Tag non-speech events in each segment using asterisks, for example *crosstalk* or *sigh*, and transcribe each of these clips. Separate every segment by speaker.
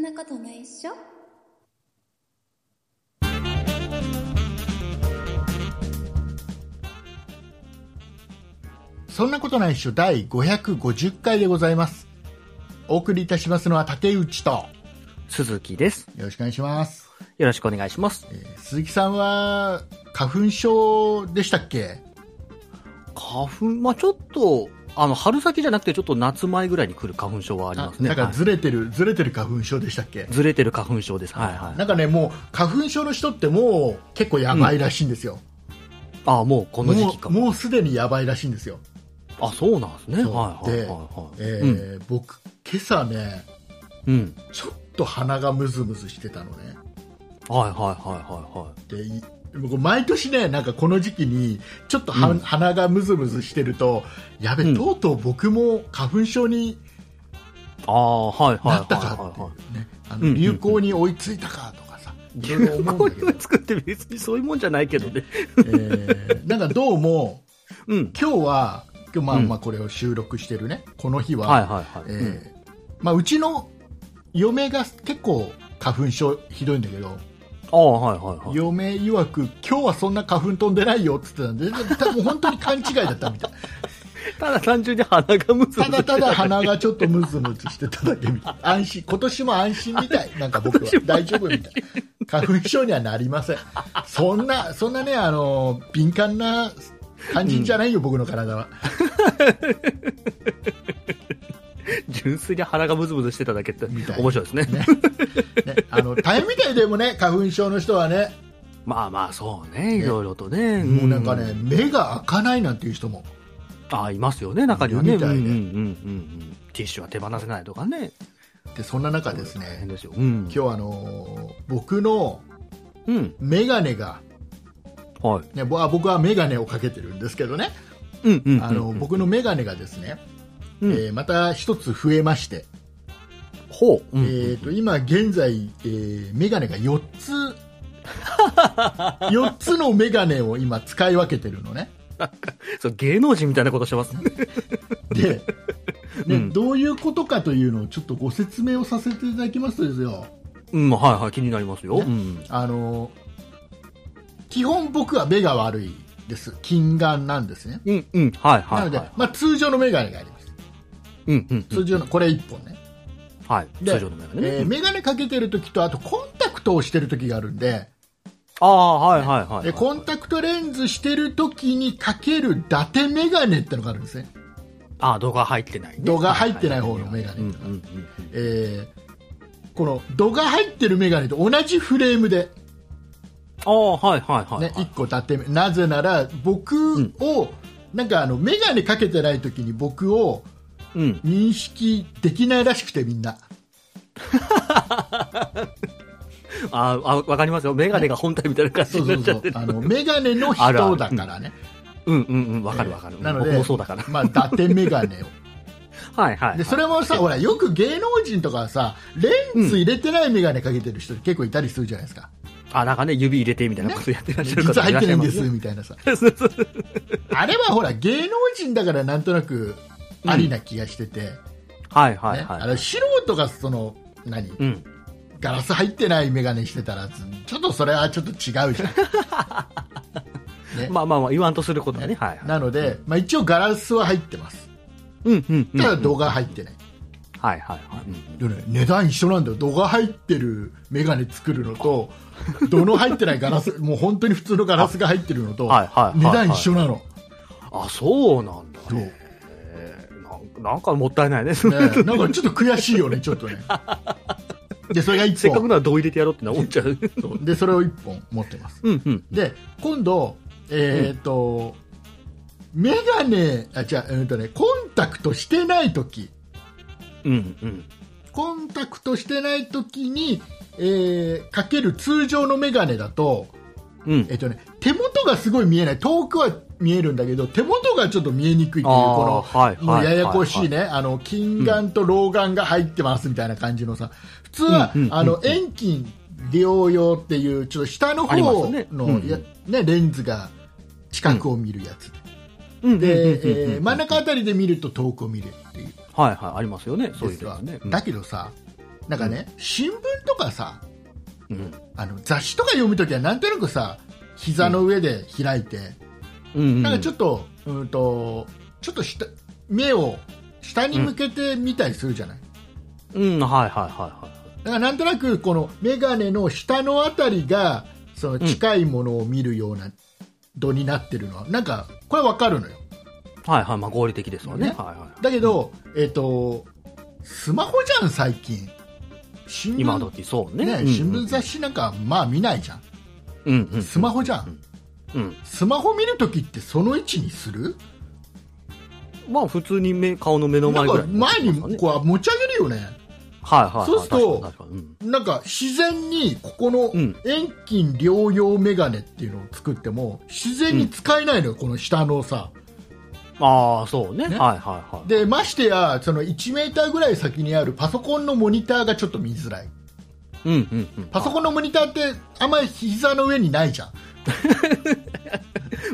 Speaker 1: なことないっしょ
Speaker 2: そんなことないっしょ第550回でございます。お送りいたしますのは竹内と、よ
Speaker 3: 鈴木です。
Speaker 2: ろしくお願いします。
Speaker 3: よろしくお願いします
Speaker 2: え。ー鈴木さんは、花粉症でしたっけ
Speaker 3: 花粉、まあちょっと、あの、春先じゃなくてちょっと夏前ぐらいに来る花粉症はありますね。
Speaker 2: なんか
Speaker 3: はい
Speaker 2: ずれてる、ずれてる花粉症でしたっけ
Speaker 3: ずれてる花粉症です。はいは。
Speaker 2: ないんかね、もう、花粉症の人ってもう、結構やばいらしいんですよ。
Speaker 3: ああ、もうこの時
Speaker 2: も
Speaker 3: 期か
Speaker 2: う、。もうすでにやばいらしいんですよ。
Speaker 3: あ、そうなんですね。
Speaker 2: そう
Speaker 3: はいはいはいはい。
Speaker 2: えー
Speaker 3: うん
Speaker 2: 僕、今朝ね、
Speaker 3: うん。
Speaker 2: ちょっと鼻がムズムズしてたのね。
Speaker 3: はいはいはいはいはい。
Speaker 2: でい僕毎年ねなんかこの時期にちょっとは、
Speaker 3: うん
Speaker 2: 鼻がムズムズしてるとやべ、
Speaker 3: うん
Speaker 2: とうとう僕も花粉症に
Speaker 3: ああ、はいはい
Speaker 2: なっ
Speaker 3: は
Speaker 2: たかっ
Speaker 3: い
Speaker 2: て
Speaker 3: はい。
Speaker 2: いうねあ
Speaker 3: うんう
Speaker 2: の
Speaker 3: んうん
Speaker 2: 流行に追いついたかとかさ、いろいろ思
Speaker 3: こ
Speaker 2: う
Speaker 3: う
Speaker 2: だ
Speaker 3: んい
Speaker 2: け
Speaker 3: う
Speaker 2: ど、
Speaker 3: の作って別にそういうもんじゃないけどね。
Speaker 2: えーなんかどうも
Speaker 3: うん。
Speaker 2: 今日は今日まあ
Speaker 3: うん
Speaker 2: まあこれを収録してるねこの日は、
Speaker 3: はいはいはい。
Speaker 2: え
Speaker 3: う
Speaker 2: ー
Speaker 3: ん
Speaker 2: まあ、うちの嫁が結構花粉症ひどいんだけど、
Speaker 3: ああ、はいはいはい。
Speaker 2: 嫁曰く今日はそんな花粉飛んでないよって言ってたんで多分本当に勘違いだったみたい
Speaker 3: ただ単純に鼻がむず
Speaker 2: た
Speaker 3: むず
Speaker 2: だただ鼻がちょっとムズムズしてただけみたい。安心、今年も安心みたい。なんか僕は
Speaker 3: 今年も
Speaker 2: 大丈夫みたい。花粉症にはなりません。そんな、そんなね、あの、敏感な感じじゃないよ、僕の体は。
Speaker 3: 純粋に鼻がムズムズしてただけって
Speaker 2: みたい
Speaker 3: 面白いですね。
Speaker 2: ね。ねあの、大変みたいでもね、花粉症の人はね、
Speaker 3: まあまあそうね、いろいろとね。
Speaker 2: もうなんかね、目が開かないなんていう人も。
Speaker 3: あ、いますよね、中にはね。
Speaker 2: いるみたいね
Speaker 3: うんうんうんうん。ティッシュは手放せないとかね。
Speaker 2: で、そんな中です
Speaker 3: 大変
Speaker 2: ね、
Speaker 3: ですよ。うん。
Speaker 2: 今日あの、僕の
Speaker 3: うん。
Speaker 2: メガネが、
Speaker 3: はい。
Speaker 2: ね、ぼあ僕はメガネをかけてるんですけどね、
Speaker 3: うんうんうん。
Speaker 2: あの、僕のメガネがですね、
Speaker 3: うん、
Speaker 2: えーまた一つ増えまして、
Speaker 3: ほう。
Speaker 2: え
Speaker 3: うん
Speaker 2: ー、と今現在、えー、メガネが4つ
Speaker 3: *laughs*
Speaker 2: 4つのメガネを今使い分けてるのね
Speaker 3: そう芸能人みたいなことし
Speaker 2: *laughs*
Speaker 3: てますね。
Speaker 2: でで、
Speaker 3: うん
Speaker 2: どういうことかというのをちょっとご説明をさせていただきますとですよ
Speaker 3: うん、はいはい、気になりますよ。
Speaker 2: ね
Speaker 3: うん。
Speaker 2: あの基本僕は目が悪いです近眼なんですね
Speaker 3: うんうん、はいはい、
Speaker 2: な
Speaker 3: は
Speaker 2: の
Speaker 3: い。
Speaker 2: で、まあ、通常のメガネがあります
Speaker 3: うんうん。
Speaker 2: 通常のこれ1本ね、
Speaker 3: はい。
Speaker 2: で
Speaker 3: 通常のメガネね。
Speaker 2: えーメガネかけてる時とあとコンタクトをしてる時があるんで
Speaker 3: ああ、はいはいはい、はい。
Speaker 2: でコンタクトレンズしてる時にかける伊達メガネってのがあるんですね、
Speaker 3: ああ、度が入ってない、ね。
Speaker 2: 度が入ってない方のメガネ
Speaker 3: うんうんうんうん。
Speaker 2: えーこの度が入ってるメガネと同じフレームで、
Speaker 3: ああ、はいはいはい、
Speaker 2: ね
Speaker 3: はい。
Speaker 2: 1個伊達メなぜなら僕
Speaker 3: うん
Speaker 2: を、なんかあのメガネかけてない時に僕を
Speaker 3: うん。
Speaker 2: 認識できないらしくてみんな
Speaker 3: ああ、わかりますよ。メガネが本体みたいな感じ
Speaker 2: そう
Speaker 3: に
Speaker 2: そ
Speaker 3: なっ
Speaker 2: う
Speaker 3: ち
Speaker 2: そ
Speaker 3: ゃ
Speaker 2: うあ
Speaker 3: ってる。
Speaker 2: のメガネの
Speaker 3: あるあ
Speaker 2: 人
Speaker 3: る
Speaker 2: だから
Speaker 3: *laughs*
Speaker 2: ね
Speaker 3: うんうんうん、わかるわかる。
Speaker 2: なので
Speaker 3: 僕もそうだから。
Speaker 2: まあ伊達メガネを
Speaker 3: はいはい、はい。
Speaker 2: でそれも
Speaker 3: *laughs*
Speaker 2: さほらよく芸能人とかはさレンズ入れてないメガネかけてる人結構いたりするじゃないですか、
Speaker 3: あ、なんかね、指入れてみたいなことやってらっしゃる
Speaker 2: 実
Speaker 3: 方
Speaker 2: は入ってないんです
Speaker 3: らっし
Speaker 2: みたいなさ
Speaker 3: ゃいますね。 *laughs* そうそうそう
Speaker 2: あれはほら芸能人だからなんとなくありな気がしてて、ね
Speaker 3: はいはいはい。
Speaker 2: あの素人がその何
Speaker 3: うん。
Speaker 2: ガラス入ってない眼鏡してたらちょっとそれはちょっと違うじゃんね
Speaker 3: まあまあまあ、言わんとすることだね。はいはい。
Speaker 2: なので、まあ、一応ガラスは入ってます
Speaker 3: うんうんうん。
Speaker 2: ただ
Speaker 3: はい
Speaker 2: 度が入ってない、
Speaker 3: はいはい。うん
Speaker 2: でね値段一緒なんだよ度が入ってる眼鏡作るのと度の入ってないガラス *laughs* もう本当に普通のガラスが入ってるのと
Speaker 3: はいはい
Speaker 2: 値
Speaker 3: はいはい
Speaker 2: 段一緒なの、
Speaker 3: あ、そうなんだ。
Speaker 2: そう
Speaker 3: えーなんなんかもったいない *laughs* ね。せっ
Speaker 2: ねえなんかちょっと悔しいよね、ちょっとね。で、それが1
Speaker 3: かく
Speaker 2: 本。
Speaker 3: ならどう入れてやろうってな思っちゃ *laughs* う。
Speaker 2: そうで、それを1本持ってます。
Speaker 3: うんうん。
Speaker 2: で、今度、えっ、と、メガネ、あ、違う、えっとね、コンタクトしてないとき、
Speaker 3: うんうん。
Speaker 2: コンタクトしてないときに、えーかける通常のメガネだと、
Speaker 3: うん
Speaker 2: えっ、とね、手元がすごい見えない。遠くは見えるんだけど、手元がちょっと見えにくいっていう、
Speaker 3: あー
Speaker 2: この、
Speaker 3: はい
Speaker 2: も
Speaker 3: は
Speaker 2: う
Speaker 3: い
Speaker 2: ややこしいね、あの、近眼と老眼が入ってますみたいな感じのさ、普通は、
Speaker 3: うんうんうん
Speaker 2: あの、遠近療養っていう、ちょっと下の
Speaker 3: あります
Speaker 2: 方の、
Speaker 3: よね
Speaker 2: ね
Speaker 3: うん
Speaker 2: やね、レンズが近くを見るやつ。
Speaker 3: うん
Speaker 2: で、え
Speaker 3: うんうんうん
Speaker 2: ー真ん中あたりで見ると遠くを見るっていう
Speaker 3: はいはい、ありますよね。そう
Speaker 2: で
Speaker 3: いう
Speaker 2: す
Speaker 3: の
Speaker 2: わ
Speaker 3: はね。うん
Speaker 2: だけどさ、なんかね、新聞とかさ
Speaker 3: うん。
Speaker 2: あの雑誌とか読むときはなんとなくさ膝の上で開いて、
Speaker 3: うん。
Speaker 2: なんかちょ
Speaker 3: っ
Speaker 2: っとうーんとちょっと下目を下に向けて見たりするじゃない、
Speaker 3: と。うん、はいはいはいはい。
Speaker 2: だからなんとなくこの眼鏡の下のあたりがその近いものを見るような度になってるのは、なんかこれわかるのよ
Speaker 3: はいはい、まあ合理的ですわね。
Speaker 2: ね
Speaker 3: はいはい。
Speaker 2: だけど、えっ、とスマホじゃん最近新聞
Speaker 3: 今時そうね。
Speaker 2: ね
Speaker 3: うん
Speaker 2: 新聞雑誌なんかまあ見ないじゃん
Speaker 3: うんうん。
Speaker 2: スマホじゃん
Speaker 3: うん。
Speaker 2: スマホ見るときってその位置にする
Speaker 3: まあ普通に目顔の目の
Speaker 2: な
Speaker 3: 前
Speaker 2: ん
Speaker 3: ぐら
Speaker 2: か
Speaker 3: い。
Speaker 2: 前にこう持ち上げるよね
Speaker 3: はいはいはい。
Speaker 2: そうすると
Speaker 3: 確かに確かにうん
Speaker 2: なんか自然にここの
Speaker 3: うん
Speaker 2: 遠近両用メガネっていうのを作っても自然に使えないのよ、この下のさ
Speaker 3: ああ、そうね。はい
Speaker 2: ね
Speaker 3: はいはい。
Speaker 2: でましてやその1メーターぐらい先にあるパソコンのモニターがちょっと見づらい
Speaker 3: うんうんうん。
Speaker 2: パソコンのモニターってあんまり膝の上にないじゃん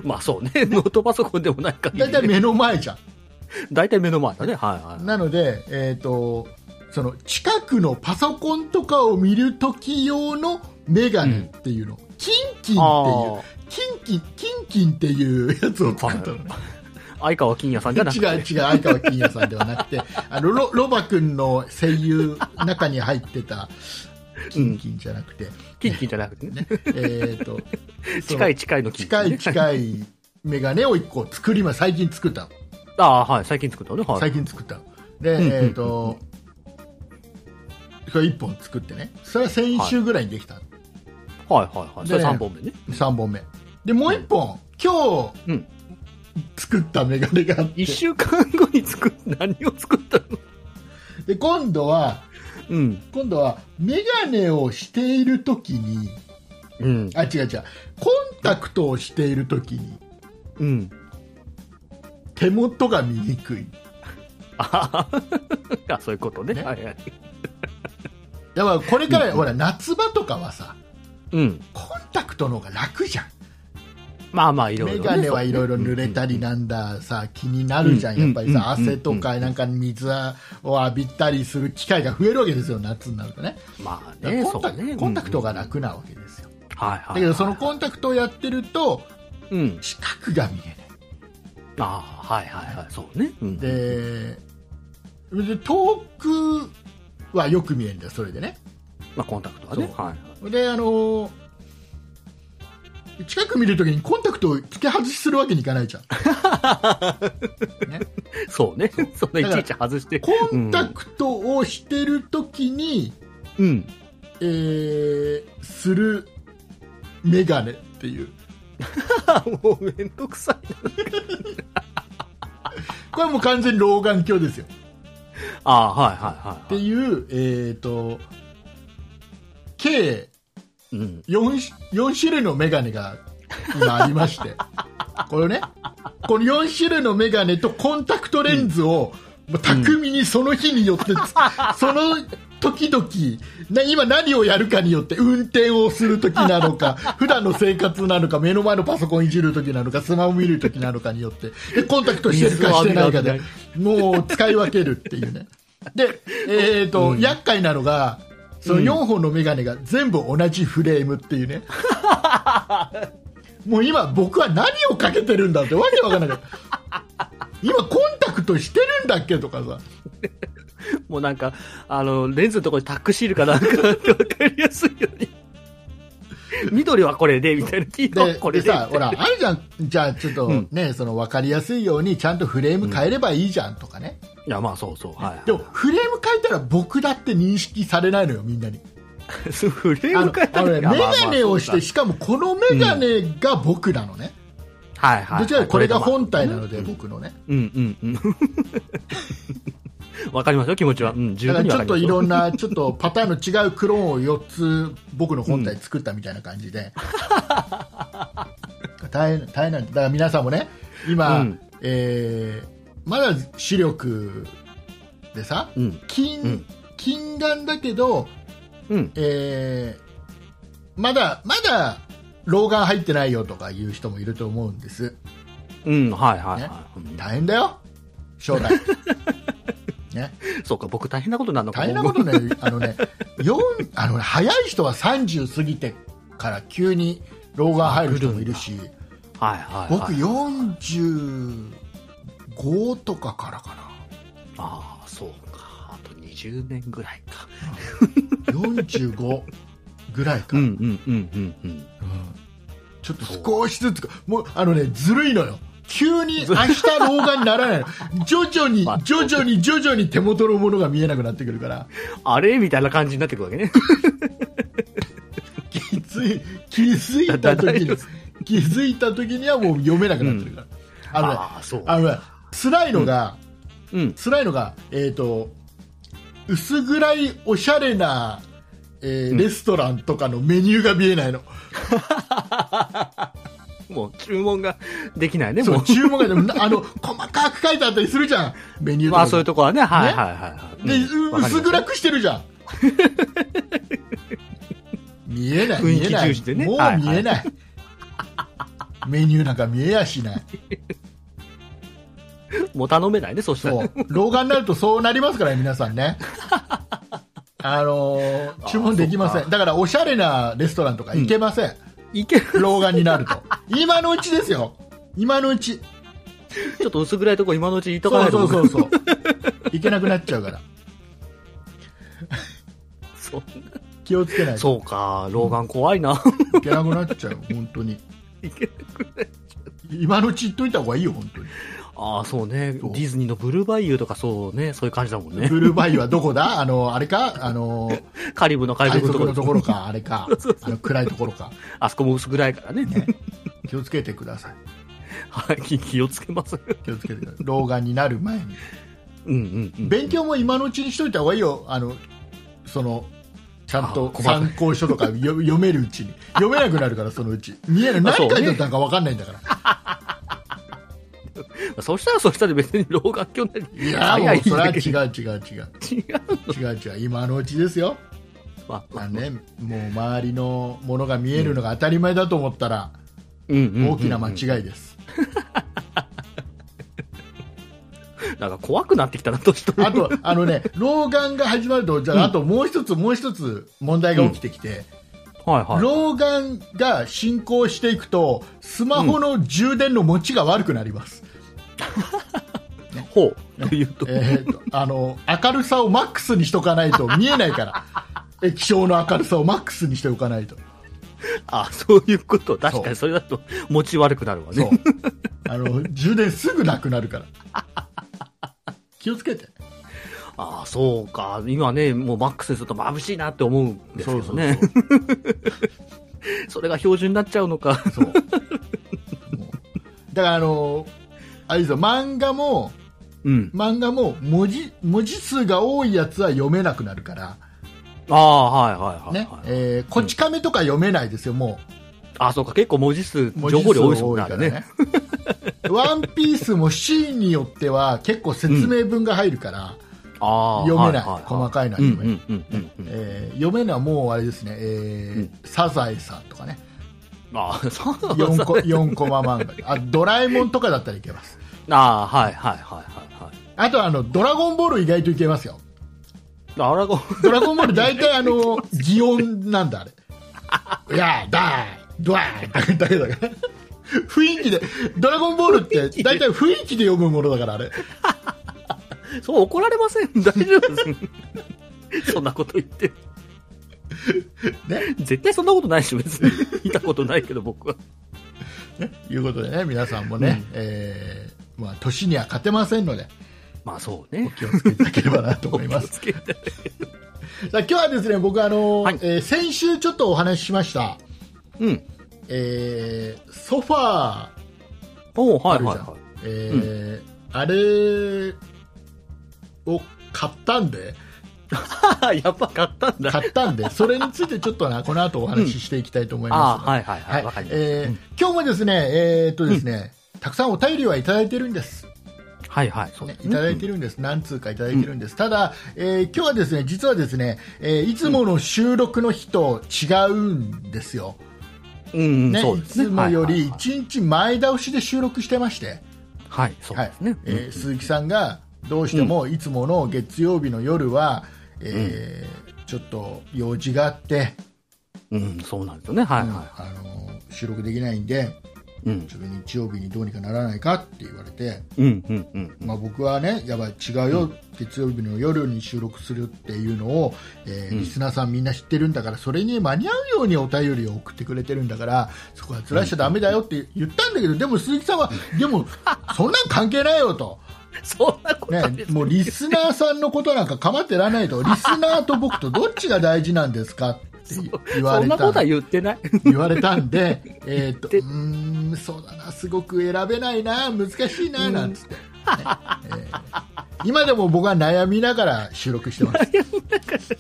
Speaker 3: まあそうね。 *laughs* ノートパソコンでもない限
Speaker 2: だい
Speaker 3: り
Speaker 2: たい
Speaker 3: ね。
Speaker 2: 目の前じゃ
Speaker 3: *laughs* 大体目の前だね。はいはい
Speaker 2: ん。なので、えー、とその近くのパソコンとかを見るとき用のメガネっていうの、キンキンっていう
Speaker 3: ああ、
Speaker 2: キンキン、キンキンっていうやつを作ったのね。
Speaker 3: 相川金也さんじゃなく
Speaker 2: 違
Speaker 3: て。
Speaker 2: う違う、相川金也さんではなくて、
Speaker 3: *laughs*
Speaker 2: あのロロバ君の声優中に入ってた、キンキンじゃなくて、
Speaker 3: キンキンじゃなくてね。
Speaker 2: えー、
Speaker 3: *laughs*
Speaker 2: と、その
Speaker 3: 近い近いのキンキン
Speaker 2: 近
Speaker 3: ね。
Speaker 2: い近いメガネを一個作ります。最近作ったの。
Speaker 3: ああ、はい。最近作ったね。はい。
Speaker 2: 最近作ったの。で、
Speaker 3: うん
Speaker 2: えっ、と、これ一本作ってね。それは先週ぐらいにできたの。
Speaker 3: はいはいはい。それ
Speaker 2: で
Speaker 3: 3本目ね。
Speaker 2: 3本目。で、もう一本、今日、
Speaker 3: うん
Speaker 2: 作ったメガネがあって
Speaker 3: 1、週間後に作っ、 *laughs* 何を作ったの
Speaker 2: で、今度は、
Speaker 3: うん。
Speaker 2: 今度はメガネをしているときに
Speaker 3: うん。
Speaker 2: あ違う違うコンタクトをしているときに
Speaker 3: うん。
Speaker 2: 手元が見にくい
Speaker 3: ああ、そういうことね。
Speaker 2: ね
Speaker 3: はいはい。
Speaker 2: だからこれから、ほら夏場とかはさ
Speaker 3: うん。
Speaker 2: コンタクトの方が楽じゃん
Speaker 3: まあまあ、いろいろ
Speaker 2: メ
Speaker 3: ね。
Speaker 2: ガネはいろいろ濡れたりなんださ気になるじゃん
Speaker 3: うん
Speaker 2: やっぱりさ
Speaker 3: うん
Speaker 2: 汗とかなんか水を浴びたりする機会が増えるわけですよ夏になるとね
Speaker 3: まあ
Speaker 2: だか
Speaker 3: ね、
Speaker 2: ら
Speaker 3: そ
Speaker 2: コンタ
Speaker 3: うね。
Speaker 2: コンタクトが
Speaker 3: うんうん
Speaker 2: 楽なわけですよ
Speaker 3: はいはい。
Speaker 2: だけどそのコンタクトをやってると
Speaker 3: うん。
Speaker 2: 視覚が見えない
Speaker 3: ああ、はいはいはい。そうね。うん、
Speaker 2: でで遠くはよく見えるんだよそれでね
Speaker 3: まあ、コンタクトはね。
Speaker 2: そう
Speaker 3: はい。
Speaker 2: であのー近く見るときにコンタクトを付け外しするわけにいかないじゃん
Speaker 3: そうね。 *laughs* そんない
Speaker 2: だか
Speaker 3: ち
Speaker 2: ら
Speaker 3: いち外して。
Speaker 2: コンタクトをしてるときに、 *laughs*
Speaker 3: うん。
Speaker 2: えーするメガネっていう
Speaker 3: もうめんどくさい。
Speaker 2: これはもう完全に老眼鏡ですよ
Speaker 3: ああ、はいは
Speaker 2: っ
Speaker 3: い
Speaker 2: て
Speaker 3: はい。
Speaker 2: いう、えー、と計
Speaker 3: うん。
Speaker 2: 4, 4種類のメガネが今ありましてこれねこの4種類のメガネとコンタクトレンズを、もう巧みにその日によってつ、 *laughs* その時々な今何をやるかによって運転をする時なのか普段の生活なのか目の前のパソコンいじる時なのかスマホ見る時なのかによってでコンタクトしてるかしてないかでもう使い分けるっていう *laughs* ねで、えーと厄介なのがその4本のメガネが全部同じフレームっていうね、 *laughs* もう今僕は何をかけてるんだってわけわかんない *laughs* 今コンタクトしてるんだっけとかさ
Speaker 3: もうなんか、あの、レンズのところにタックシールかなんかあってわかりやすいよ
Speaker 2: *laughs*
Speaker 3: うに。緑はこれで、みたいな。黄
Speaker 2: *laughs*
Speaker 3: 色は
Speaker 2: で
Speaker 3: これ
Speaker 2: で
Speaker 3: で。
Speaker 2: さほらあるじゃんじゃあちょっとね、その分かりやすいようにちゃんとフレーム変えればいいじゃんとかね、
Speaker 3: いや、まあそうそう。はい。
Speaker 2: でもフレーム変えたら僕だって認識されないのよみんなに
Speaker 3: そうフレ
Speaker 2: あ
Speaker 3: ー
Speaker 2: の
Speaker 3: ム変え
Speaker 2: あ
Speaker 3: た
Speaker 2: のね
Speaker 3: ら
Speaker 2: メガネをし。
Speaker 3: まあまあ
Speaker 2: てしかもこのメガネが僕なのね、
Speaker 3: そうだはいはい。
Speaker 2: どちらかというとこれが本体なので僕のね
Speaker 3: うんうん *laughs* うん。わかりますよ、気持ちは。うん、十
Speaker 2: だか
Speaker 3: 分
Speaker 2: らち
Speaker 3: にわ
Speaker 2: ょ
Speaker 3: か
Speaker 2: っと
Speaker 3: ります
Speaker 2: い
Speaker 3: よ。
Speaker 2: ろんな *laughs* ちょっとパターンの違うクローンを4つ僕の本体作ったみたいな感じで、 *laughs* 大変大変なんでだから皆さんもね今、
Speaker 3: うん
Speaker 2: えーまだ視力でさ
Speaker 3: うん。
Speaker 2: 近,、
Speaker 3: うん
Speaker 2: 近眼だけど、
Speaker 3: うん。
Speaker 2: えーまだまだ老眼入ってないよとかいう人もいると思うんです
Speaker 3: うん、はいはい
Speaker 2: ね
Speaker 3: はい。 *laughs*
Speaker 2: 大変だよ将来ね、
Speaker 3: そうか、僕大変なことになるのか
Speaker 2: 大変な
Speaker 3: *laughs*
Speaker 2: ことね、あのね、四あのね早い人は30過ぎてから急に老眼入る人もいるし、
Speaker 3: 今後はいはい、は
Speaker 2: 僕
Speaker 3: い。
Speaker 2: 45とかからかな。
Speaker 3: ああ、そうか。あと20年ぐらいか。
Speaker 2: 45ぐらいか
Speaker 3: う
Speaker 2: ら、
Speaker 3: ん
Speaker 2: う
Speaker 3: うんんうんうんうん。
Speaker 2: ちょっと少しずつか、もうあのね、ずるいのよ。急に明日老眼にならないの。徐々に
Speaker 3: *laughs* まあ、
Speaker 2: 徐々に、徐々に手元のものが見えなくなってくるから、
Speaker 3: あれみたいな感じになってくるわけね。
Speaker 2: 気づい、気づいた時
Speaker 3: 大丈夫
Speaker 2: に
Speaker 3: で、
Speaker 2: 気づいた時にはもう読めなくなってるから。あのね、
Speaker 3: ああ、そう。
Speaker 2: あのね、辛いのが、
Speaker 3: うん。
Speaker 2: 辛いのが、えっ、と、薄暗いおしゃれな、えーレストランとかのメニューが見えないの。
Speaker 3: もう注文ができないね、
Speaker 2: そ
Speaker 3: も
Speaker 2: う、注文がでも *laughs* な、あの、細かく書いてあったりするじゃん。メニューと
Speaker 3: う。
Speaker 2: か。
Speaker 3: まあそういうとこはね、はい
Speaker 2: ね
Speaker 3: はいはい。
Speaker 2: で、
Speaker 3: はいうわかります
Speaker 2: 薄暗くしてるじ
Speaker 3: *laughs*
Speaker 2: ゃん。見えない、
Speaker 3: 雰囲
Speaker 2: 見
Speaker 3: 気
Speaker 2: えない。
Speaker 3: 重視でね
Speaker 2: もう
Speaker 3: はいはい
Speaker 2: 見えない。メニューなんか見えやしない。
Speaker 3: もう頼めないね、そしたら
Speaker 2: そ
Speaker 3: ね。
Speaker 2: う。老眼になるとそうなりますからね、皆さん
Speaker 3: *laughs*
Speaker 2: ね。あのー注文できませ
Speaker 3: あーそ
Speaker 2: ん。だから、おしゃれなレストランとか行けません。
Speaker 3: いける。
Speaker 2: 老眼になると。今のうちですよ。今のうち。
Speaker 3: ちょっと薄暗いとこ今のうち言いとか
Speaker 2: そ
Speaker 3: な
Speaker 2: う
Speaker 3: いと
Speaker 2: そ
Speaker 3: 思
Speaker 2: うそうそう。いけなくなっちゃうから。
Speaker 3: そう
Speaker 2: 気をつけないと。
Speaker 3: そうか、老眼怖いな。
Speaker 2: いけなくなっちゃう、本当に。
Speaker 3: いけなくない
Speaker 2: 今のうち言っといた方がいいよ、本当に。
Speaker 3: ああ、そうね。デ
Speaker 2: そう
Speaker 3: ィズニーのブルーバイユーとかそうね、そういう感じだもんね。
Speaker 2: ブルーバイはどこだあの、あれかあの、
Speaker 3: カリブの海
Speaker 2: 海
Speaker 3: 賊のと
Speaker 2: 賊のとこ
Speaker 3: こ
Speaker 2: ろか、あれ
Speaker 3: *laughs*
Speaker 2: か、あの暗いところか。
Speaker 3: あそこも薄暗いからね。
Speaker 2: ね気をつけてください。
Speaker 3: *laughs* はい、気気をつけ
Speaker 2: *laughs*
Speaker 3: ます。
Speaker 2: 気をつけてください。老眼になる前に。
Speaker 3: うんうんうん。
Speaker 2: 勉強も今のうちにしといた方がいいよ。あの、その、ちゃん
Speaker 3: あ
Speaker 2: と
Speaker 3: 細かい
Speaker 2: 参考書とか読読めるうちに。読めなくなるから、そのうち。見えない。
Speaker 3: あ
Speaker 2: 何
Speaker 3: そう
Speaker 2: 書い
Speaker 3: ね
Speaker 2: てあったのか分かんないんだから。
Speaker 3: そしたらそしたら別に老眼鏡なり。
Speaker 2: いやーも
Speaker 3: 早
Speaker 2: うそれは
Speaker 3: だけ
Speaker 2: 違う違う違う
Speaker 3: 違う。
Speaker 2: 違う違う今のうちですよ、
Speaker 3: *laughs* まあ
Speaker 2: まあね、もう周りのものが見えるのが当たり前だと思ったら
Speaker 3: うんうんうんうん
Speaker 2: 大きな間違いです、
Speaker 3: なんか怖くなってきたな、年取る。
Speaker 2: あとあのね老眼が始まるとじゃああともう一つもう一つ問題が起きてきて、
Speaker 3: はいはい。
Speaker 2: 老眼が進行していくとスマホの充電の持ちが悪くなります、
Speaker 3: ほう。というと。
Speaker 2: えーとあの明るさをマックスにしとかない
Speaker 3: *laughs*
Speaker 2: と見えないから液晶の明るさをマックスにしておかないと
Speaker 3: あ、そういうこと。確かにそれだと持ち悪くなるわ
Speaker 2: そう
Speaker 3: ね。
Speaker 2: あの充電すぐなくなるから気をつけて
Speaker 3: ああ、そうか。今ね、もうマックスにすると眩しいなって思うんですけどね。
Speaker 2: そう
Speaker 3: *laughs* それが標準になっちゃうのか。
Speaker 2: そうそうもうだからあのあれですよ漫画も
Speaker 3: うん。
Speaker 2: 漫画も文字文字数が多いやつは読めなくなるから、
Speaker 3: ああ、はいはいはい
Speaker 2: ね
Speaker 3: はい。
Speaker 2: えーこち亀とか読めないですよ、も
Speaker 3: あ、そうか。結構文字数、
Speaker 2: う文
Speaker 3: 情
Speaker 2: 字数
Speaker 3: 報量多いですも
Speaker 2: 多
Speaker 3: ん
Speaker 2: い
Speaker 3: ね。あ
Speaker 2: からね
Speaker 3: れね。
Speaker 2: *laughs* ワンピースもシーンによっては結構説明文が入るから、
Speaker 3: ああ。
Speaker 2: 読めない
Speaker 3: ははは
Speaker 2: 細かいのは
Speaker 3: うん
Speaker 2: 読め
Speaker 3: う
Speaker 2: ない
Speaker 3: んうんうんうん。
Speaker 2: えー読めないもうあれですね、えー
Speaker 3: うん
Speaker 2: サザエさんとかね、
Speaker 3: ああ、そうなん *laughs* だ。
Speaker 2: 4コ ,4 コマ漫画あドラえもんとかだったらいけます
Speaker 3: ああ、はいはいはいはいはい。
Speaker 2: あとあのドラゴンボール意外といけますよ
Speaker 3: あらご、
Speaker 2: ドラゴンボール大体あの擬音なんだあれいやーだードワーンだけだから雰囲気でドラゴンボールって大体雰囲気で読むものだからあれ
Speaker 3: *laughs* そう怒られません。 *laughs* 大丈夫です。そ *laughs* んなこと言って。
Speaker 2: ね
Speaker 3: 絶対そんなことないでしょ、別に。 *laughs* 見たことないけど、僕は。
Speaker 2: ねいうことでね皆さんもね、
Speaker 3: うん
Speaker 2: えーまあ、年には勝てませんので
Speaker 3: まあそうね。
Speaker 2: 気をつけていただければなと思います
Speaker 3: *laughs* 気をつけて
Speaker 2: さあ今日はですね僕あの、
Speaker 3: はい
Speaker 2: えー先週ちょっとお話ししました、
Speaker 3: うん。
Speaker 2: えーソファー
Speaker 3: おうは
Speaker 2: あ
Speaker 3: い
Speaker 2: るじ
Speaker 3: はい
Speaker 2: ゃん
Speaker 3: はい。
Speaker 2: えーあれを買ったんで
Speaker 3: あ *laughs* あ、やっぱ買ったんだ。
Speaker 2: 買った
Speaker 3: *laughs*
Speaker 2: んでそれについてちょっとなこの後お話ししていきたいと思い
Speaker 3: ああ、
Speaker 2: ます、
Speaker 3: はいはいはい。わ、
Speaker 2: は
Speaker 3: か
Speaker 2: い
Speaker 3: りました。
Speaker 2: えー今日もですねえーっとですね、たくさんお便りはいただいてるんです、
Speaker 3: はいはい。そう
Speaker 2: ね
Speaker 3: です、
Speaker 2: い
Speaker 3: ね。
Speaker 2: ただいてるんです、何通かいただいてるんです、ただ、えー今日はですね実はですね、えーいつもの収録の日と違うんですよ、
Speaker 3: うん、うん、
Speaker 2: ね
Speaker 3: そう
Speaker 2: い
Speaker 3: ですね。
Speaker 2: つもよ
Speaker 3: はい
Speaker 2: り
Speaker 3: はいはい
Speaker 2: 1日前倒しで収録してまして、
Speaker 3: はい、そう
Speaker 2: はい
Speaker 3: ですね。
Speaker 2: えー鈴木さんがどうしてもいつもの月曜日の夜は、えーちょっと用事があって、
Speaker 3: うん、そうなんですよね。はい
Speaker 2: うん
Speaker 3: は
Speaker 2: あの収録できないんで
Speaker 3: い。うん
Speaker 2: ち。ょっと日曜日にどうにかならないかって言われて、
Speaker 3: うん、うん、
Speaker 2: *laughs*
Speaker 3: うん。
Speaker 2: まあ、僕はねやばい違うよ、月曜日の夜に収録するっていうのを、えー
Speaker 3: うん
Speaker 2: リスナーさんみんな知ってるんだからそれに間に合うようにお便りを送ってくれてるんだからそこはずらしちゃだめだよって言ったんだけどでも鈴木さんはでもそんなん関係ないよ
Speaker 3: *laughs*
Speaker 2: と、
Speaker 3: そんなこと
Speaker 2: ね
Speaker 3: ないで、す
Speaker 2: もうリスナーさんのことなんか構ってらないとリスナーと僕とどっちが大事なんですかって言わ
Speaker 3: そ
Speaker 2: れ
Speaker 3: んな
Speaker 2: た
Speaker 3: ことは言ってない。
Speaker 2: 言われたんで、
Speaker 3: *laughs*
Speaker 2: えーっと、う
Speaker 3: で
Speaker 2: ーん、そうだな、すごく選べないな、難しいな、
Speaker 3: うん
Speaker 2: なんつって、ねえー今でも僕は悩みながら収録してます。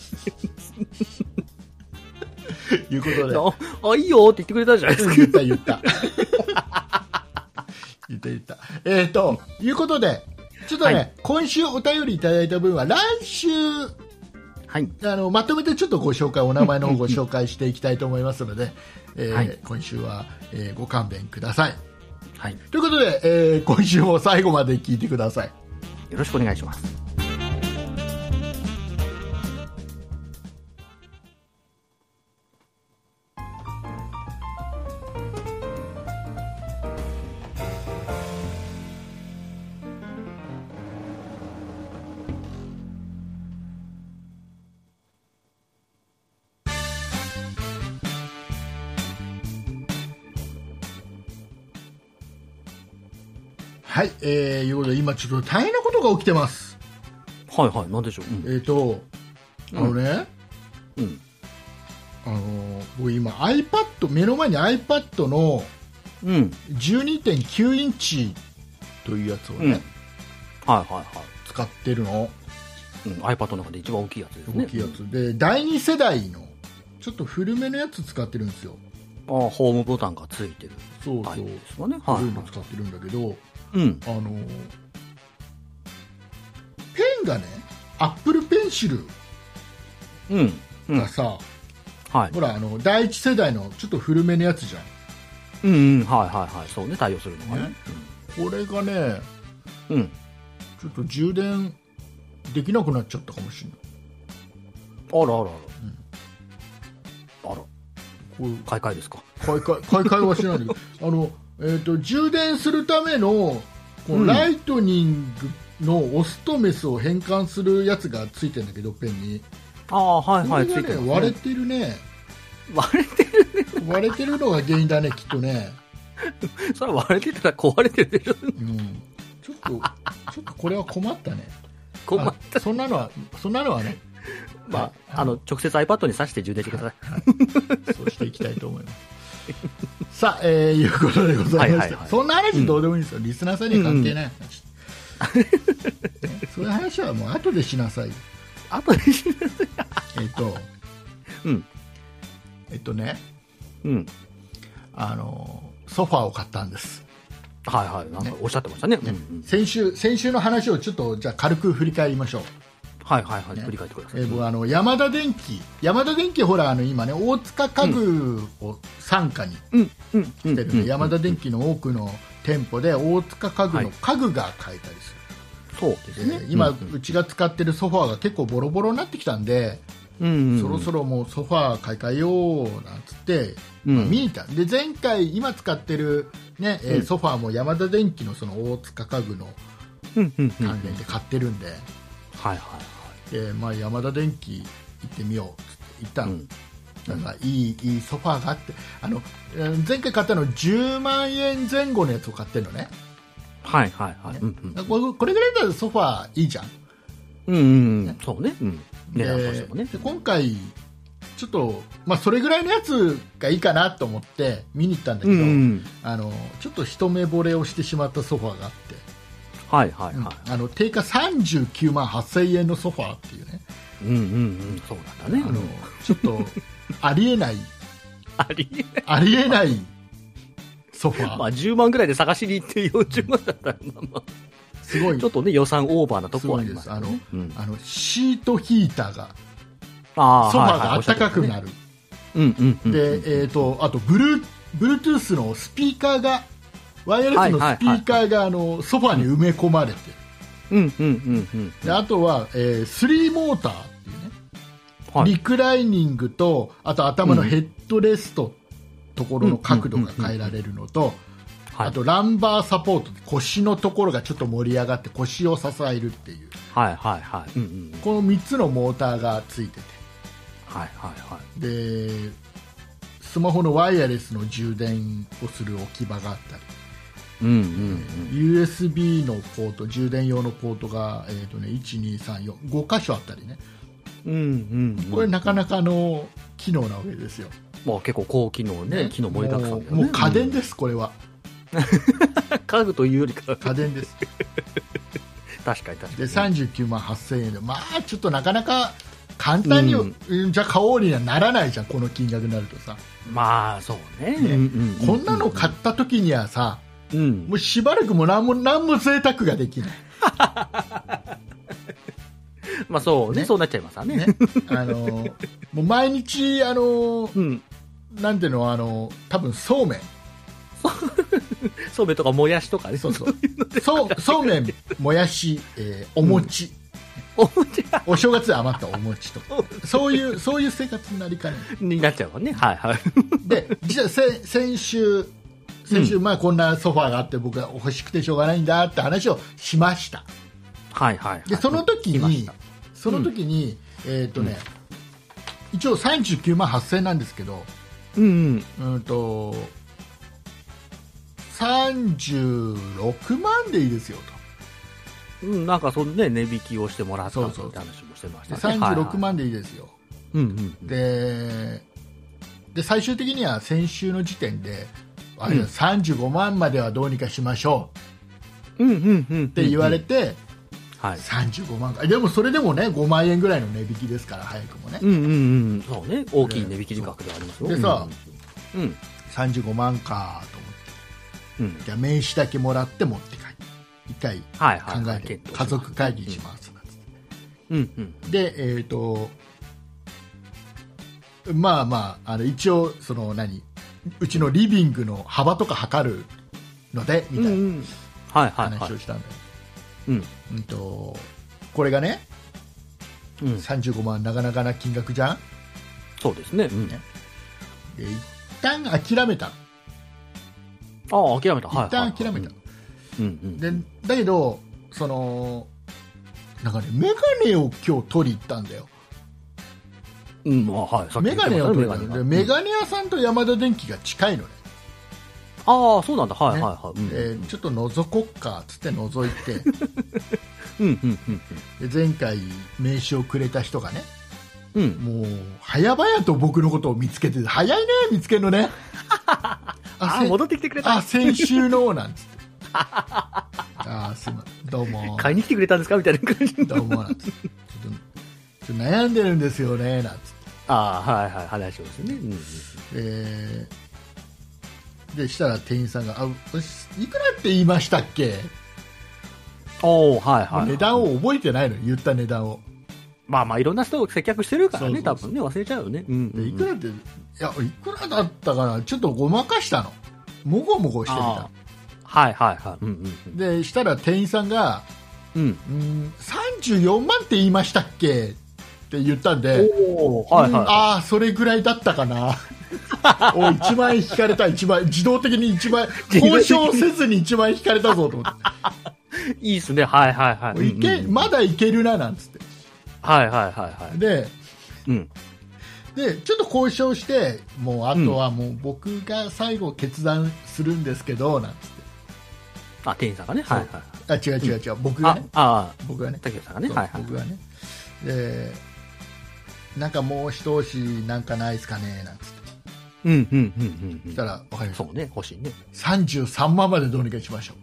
Speaker 2: いうことで、
Speaker 3: *laughs* あ、あいいよって言ってくれたじゃないですか。
Speaker 2: 言った言った。言った言った。えーっと、いうことで、ちょっとね、
Speaker 3: はい
Speaker 2: 今週お便りいただいた分は、来週、
Speaker 3: はい。
Speaker 2: あのまとめてちょっとご紹介お名前の方をご紹介していきたいと思いますので、えー
Speaker 3: はい
Speaker 2: 今週は、えーご勘弁ください。
Speaker 3: はい。
Speaker 2: ということで、えー今週も最後まで聞いてください。
Speaker 3: よろしくお願いします。
Speaker 2: はい、えー、いうことで今ちょっと大変なことが起きてます。
Speaker 3: はいはい。なんでしょう。
Speaker 2: えっ、と、あのね、
Speaker 3: うん。うん
Speaker 2: あのー僕今 iPad 目の前に iPad の
Speaker 3: うん。
Speaker 2: 12.9インチというやつをね、
Speaker 3: うんはいはいは
Speaker 2: 使ってるの
Speaker 3: い。うん。iPad の中で一番大きいやつですね。
Speaker 2: 大きいやつ、で第2世代のちょっと古めのやつ使ってるんですよ。
Speaker 3: あーホームボタンがついてる
Speaker 2: そう
Speaker 3: タ
Speaker 2: そ
Speaker 3: イ
Speaker 2: う
Speaker 3: プ。ですかね。はい
Speaker 2: 古い
Speaker 3: は
Speaker 2: の使ってるんだけど、
Speaker 3: い。うん。
Speaker 2: あのーペンがね、Apple Pencil
Speaker 3: うん。うん
Speaker 2: が。さ、
Speaker 3: はい。
Speaker 2: ほらあの第一世代のちょっと古めのやつじゃん
Speaker 3: うんうん。はいはいはい。そうね。対応するのがね
Speaker 2: ね。これがね
Speaker 3: うんうん。
Speaker 2: ちょっと充電できなくなっちゃったかもしれない
Speaker 3: あらあらあら。あら。
Speaker 2: こう
Speaker 3: 買い替えですか。
Speaker 2: 買い替え買い替えはしないんだ
Speaker 3: *laughs*
Speaker 2: けどあの、えー、と充電するためのこ
Speaker 3: う
Speaker 2: うんライトニングのオスとメスを変換するやつがついてんだけどペンに
Speaker 3: ああ、はい
Speaker 2: こ
Speaker 3: は
Speaker 2: れ
Speaker 3: い。つ
Speaker 2: が
Speaker 3: いて
Speaker 2: ね
Speaker 3: ます、
Speaker 2: 割れ
Speaker 3: ね。
Speaker 2: てるね
Speaker 3: 割れて
Speaker 2: 割れてるのが原因だねきっとね、
Speaker 3: る。それ割れてたら壊れてる *laughs* でしょ。
Speaker 2: うん、ちょっと
Speaker 3: *laughs*
Speaker 2: ちょっとこれは困ったね
Speaker 3: 困っ
Speaker 2: あそんなのはそんなのはね
Speaker 3: まあ、あの、直接 iPad に挿して充電してくだ
Speaker 2: *laughs*
Speaker 3: さ
Speaker 2: そうしていきたいと思います。 *laughs* さあ、えー、いうことでございまして、
Speaker 3: はいはいはい
Speaker 2: そんな話どうでもいいんですよ、リスナーさんには関係ない話、ねそういう話はもう後でしなさい。
Speaker 3: い。あとで、
Speaker 2: えっ、と、
Speaker 3: うん。
Speaker 2: えっ、とね、
Speaker 3: うん。
Speaker 2: あのソファーを買ったんです。
Speaker 3: はいはい。なんかおっしゃってましたね。うんうん
Speaker 2: 先週先週の話をちょっとじゃあ軽く振り返りましょう。
Speaker 3: はいはいはい。振り返ってくださ
Speaker 2: え
Speaker 3: い。
Speaker 2: ー
Speaker 3: うん
Speaker 2: 僕はあの山田電機、山田電機ほらあの今ね大塚家具を傘下に
Speaker 3: うん。う
Speaker 2: し
Speaker 3: ん
Speaker 2: てる、
Speaker 3: うん
Speaker 2: 山田電機の多くの店舗で大塚家具の家具が買えたりする。
Speaker 3: そうですね
Speaker 2: で。今、
Speaker 3: うん
Speaker 2: うちが使ってるソファーが結構ボロボロになってきたんで、
Speaker 3: うん。
Speaker 2: そろそ
Speaker 3: ろ。
Speaker 2: ろもうソファー買い替えようなんつって、
Speaker 3: うん
Speaker 2: まあ見に行ったで前回今使ってる、ねえー
Speaker 3: うん
Speaker 2: ソファーも山田電機のその大塚家具の
Speaker 3: うんうんうん。はい
Speaker 2: 関連で買ってるんで,、
Speaker 3: はい
Speaker 2: でまあ、山田電機行ってみようっつって行った
Speaker 3: はい。
Speaker 2: の、
Speaker 3: うん。
Speaker 2: なんかいいいいソファーがあってあのえー前回買ったの10万円前後のやつを買ってるのね、
Speaker 3: はいはいはい。うんうん。
Speaker 2: これこれぐらいだったらソファーいいじゃん
Speaker 3: うんうんうん、そうね、うん、値段として
Speaker 2: で
Speaker 3: もね、
Speaker 2: で今回ちょっと、まあ、それぐらいのやつがいいかなと思って見に行ったんだけ
Speaker 3: う
Speaker 2: ど、
Speaker 3: んうん、
Speaker 2: あのちょっと一目惚れをしてしまったソファーがあって、
Speaker 3: はいはいは
Speaker 2: あの定価39万8000円のソファーっていうね、
Speaker 3: い、うんうんうん、そうなんだね、
Speaker 2: あ
Speaker 3: う
Speaker 2: の
Speaker 3: ん
Speaker 2: ちょっとありえない
Speaker 3: ありえない、
Speaker 2: ありえないソファ
Speaker 3: まあ、
Speaker 2: ー
Speaker 3: 10万ぐらいで探しに行って40万だったら、まあます
Speaker 2: ご
Speaker 3: あ、
Speaker 2: い
Speaker 3: ちょっとね、予算オーバーなと
Speaker 2: す
Speaker 3: こは
Speaker 2: ご
Speaker 3: あ
Speaker 2: い
Speaker 3: り
Speaker 2: で
Speaker 3: ますす
Speaker 2: あ
Speaker 3: よ
Speaker 2: の
Speaker 3: ね、うん
Speaker 2: あのシートヒーターが
Speaker 3: あ
Speaker 2: ソファー
Speaker 3: はいはい
Speaker 2: が暖かくなる、
Speaker 3: うんうんうん、
Speaker 2: で、えー、とあとブルー Bluetooth のスピーカーがワイヤレスのスピーカーがあのソファーに埋め込まれて、
Speaker 3: うんうんうん
Speaker 2: であとは、えースリーモーターっていうね、
Speaker 3: うん。はい。
Speaker 2: リクライニングとあと頭のヘッドレスト、ところの角度が変えられるのと、
Speaker 3: はい
Speaker 2: あとランバーサポート腰のところがちょっと盛り上がって腰を支えるっていう
Speaker 3: はいはいはい。うんうん。
Speaker 2: この3つのモーターがついて
Speaker 3: はいはいはい。
Speaker 2: てでスマホのワイヤレスの充電をする置き場があったり
Speaker 3: うんうん
Speaker 2: USB のポート充電用のポートが、えーとね、12345箇所あったりね
Speaker 3: うん。うんうん。
Speaker 2: これなかなかの機能なわけですよ、
Speaker 3: まあ結構高機能ね、機能盛りだくさんだよね。
Speaker 2: もうもう家電
Speaker 3: うん
Speaker 2: ですこれは
Speaker 3: 家具というよりか、
Speaker 2: 家電です
Speaker 3: 確かに確
Speaker 2: で
Speaker 3: かに。
Speaker 2: 39万8000円でまあちょっとなかなか簡単に、
Speaker 3: うん
Speaker 2: うんじゃあ買おうにはならないじゃんこの金額になるとさ、
Speaker 3: まあそうね。
Speaker 2: ね
Speaker 3: うんうんう
Speaker 2: こんなの買った時にはさ
Speaker 3: うん。
Speaker 2: もうしばらくもう何も何も贅沢ができない、
Speaker 3: まあそうね、
Speaker 2: ね
Speaker 3: そうなっちゃいますわ
Speaker 2: *laughs*
Speaker 3: ね
Speaker 2: ね。、あのもう毎日あの
Speaker 3: うん。
Speaker 2: なんていうのあの多分そうめん
Speaker 3: そうめんとかもやしとかね。
Speaker 2: そうそう。そう、そうめん、もやし、えーお餅、
Speaker 3: お餅が
Speaker 2: お正月で余ったお餅とか、そういう、そういう生活になりかねな
Speaker 3: *laughs* になっちゃうわね。はいはい。
Speaker 2: い。で、実はせ先週、先週、まあこんなソファーがあって僕が欲しくてしょうがないんだって話をしました。
Speaker 3: はいはいはい。
Speaker 2: で、その時
Speaker 3: 聞きまし
Speaker 2: に
Speaker 3: た、
Speaker 2: その時に、えーっ、とね、一応39万8000なんですけど、
Speaker 3: うんうん。
Speaker 2: うーんと、36万でいいですよと。
Speaker 3: うん、なんかそのね、値引きをしてもらった
Speaker 2: そ
Speaker 3: っ
Speaker 2: う
Speaker 3: て
Speaker 2: そう
Speaker 3: 話もしてまし
Speaker 2: で
Speaker 3: たね。はいはい
Speaker 2: 36。万でいいですよ。
Speaker 3: うんうんうん。
Speaker 2: でで最終的には先週の時点で、あ
Speaker 3: うん
Speaker 2: 35万まではどうにかしましょ
Speaker 3: うんうんう
Speaker 2: う
Speaker 3: ん。っ
Speaker 2: って言われて、
Speaker 3: はい。
Speaker 2: 35万かでもそれでもね5万円ぐらいの値引きですから早くもね、
Speaker 3: うんうんうん。そうね。大きい値引き額ではありますよ。
Speaker 2: でさ
Speaker 3: うんうん。
Speaker 2: 35万かと思って
Speaker 3: うん。うん。
Speaker 2: じゃあ名刺だけもらって持って帰って一回
Speaker 3: はいはい
Speaker 2: 考
Speaker 3: は
Speaker 2: え
Speaker 3: い。
Speaker 2: て
Speaker 3: 検討
Speaker 2: 家族会議します、
Speaker 3: うんうん。
Speaker 2: でえっ、とまあまああの一応その何うちのリビングの幅とか測るのでみたいな、
Speaker 3: うんうんはいはいは
Speaker 2: 話
Speaker 3: い
Speaker 2: を。したんだよ、
Speaker 3: うん。
Speaker 2: うんとこれがね
Speaker 3: うん。
Speaker 2: 35万なかなかな金額じゃん
Speaker 3: そうですね。うん。
Speaker 2: で一旦諦めた
Speaker 3: ああ、諦めた。はい。
Speaker 2: 一旦諦めた、。
Speaker 3: うんうん。
Speaker 2: でだけどそのなんかねメガネを今日取り行ったんだよ
Speaker 3: うん、まあはい。さっき
Speaker 2: メ
Speaker 3: 言って
Speaker 2: ガ
Speaker 3: まし
Speaker 2: ネ
Speaker 3: た
Speaker 2: を取り行
Speaker 3: ね
Speaker 2: ったんだよでメ
Speaker 3: メガネが
Speaker 2: ガネ屋さんとヤマダ電機が近いのね、
Speaker 3: ああ、そうなんだ。はいはいはい。うん
Speaker 2: でちょっと覗こっかっつって覗いて
Speaker 3: うんうんうん
Speaker 2: で前回名刺をくれた人がね
Speaker 3: うん。うん。
Speaker 2: もう早々と僕のことを見つけてて早いね見つけるのね
Speaker 3: *laughs* あ
Speaker 2: せ
Speaker 3: あ、戻ってきてくれた。
Speaker 2: あ、先週のなんつって。あー、すいません。どうも。
Speaker 3: 買いに来てくれたんですかみたいな感じ。
Speaker 2: どうもなんつって。ちょっと、ちょっと悩んでるんですよね、なんつって。
Speaker 3: *laughs* ああ、はいはい。話をですね。うんうん
Speaker 2: えーで、したら店員さんが、あ、私いくらって言いましたっけ
Speaker 3: おおはいはい。
Speaker 2: 値段を覚えてないの、言った値段を。
Speaker 3: まあまあ、いろんな人を接客してるから
Speaker 2: そう
Speaker 3: ね、
Speaker 2: そう
Speaker 3: 多
Speaker 2: そう
Speaker 3: 分ね、忘れちゃうよね。うん。
Speaker 2: で、いくらって、いや、いくらだったかな、ちょっとごまかしたの。もごもごしてみ
Speaker 3: あ
Speaker 2: た。
Speaker 3: ーはいはいはい。うん
Speaker 2: で、したら店員さんが、
Speaker 3: うんうん。
Speaker 2: うーん、34万って言いましたっけって言ったんで、
Speaker 3: うん。おおはい
Speaker 2: うん
Speaker 3: は
Speaker 2: ああ、それぐらいだったか
Speaker 3: *laughs*
Speaker 2: な。おい1万円引かれた、1万円、自動的に1万円、交渉せずに1万円引かれたぞと思っ
Speaker 3: い。いいっすね。はいはいはい。
Speaker 2: て、いけ
Speaker 3: *laughs* うんうん
Speaker 2: まだいけるななんつって、
Speaker 3: はいはいはいはい。
Speaker 2: で、
Speaker 3: うん。
Speaker 2: でちょっと交渉して、もうあとはもう僕が最後、決断するんですけど、なんつっ
Speaker 3: あ、店員さんがね。はいはいはい。
Speaker 2: て、あ違う違う違う、僕が
Speaker 3: あ
Speaker 2: ね、、
Speaker 3: あ
Speaker 2: 僕がね
Speaker 3: あ、、竹内さんが
Speaker 2: そ
Speaker 3: ね。
Speaker 2: う
Speaker 3: はいはい。
Speaker 2: 僕がね、でなんかもう一押しなんかないですかね、なんつって、
Speaker 3: うんうんうんうんう
Speaker 2: そ
Speaker 3: ん。
Speaker 2: したら、わかりまし
Speaker 3: そうね、欲しいね。
Speaker 2: た、33万までどうにかしましょ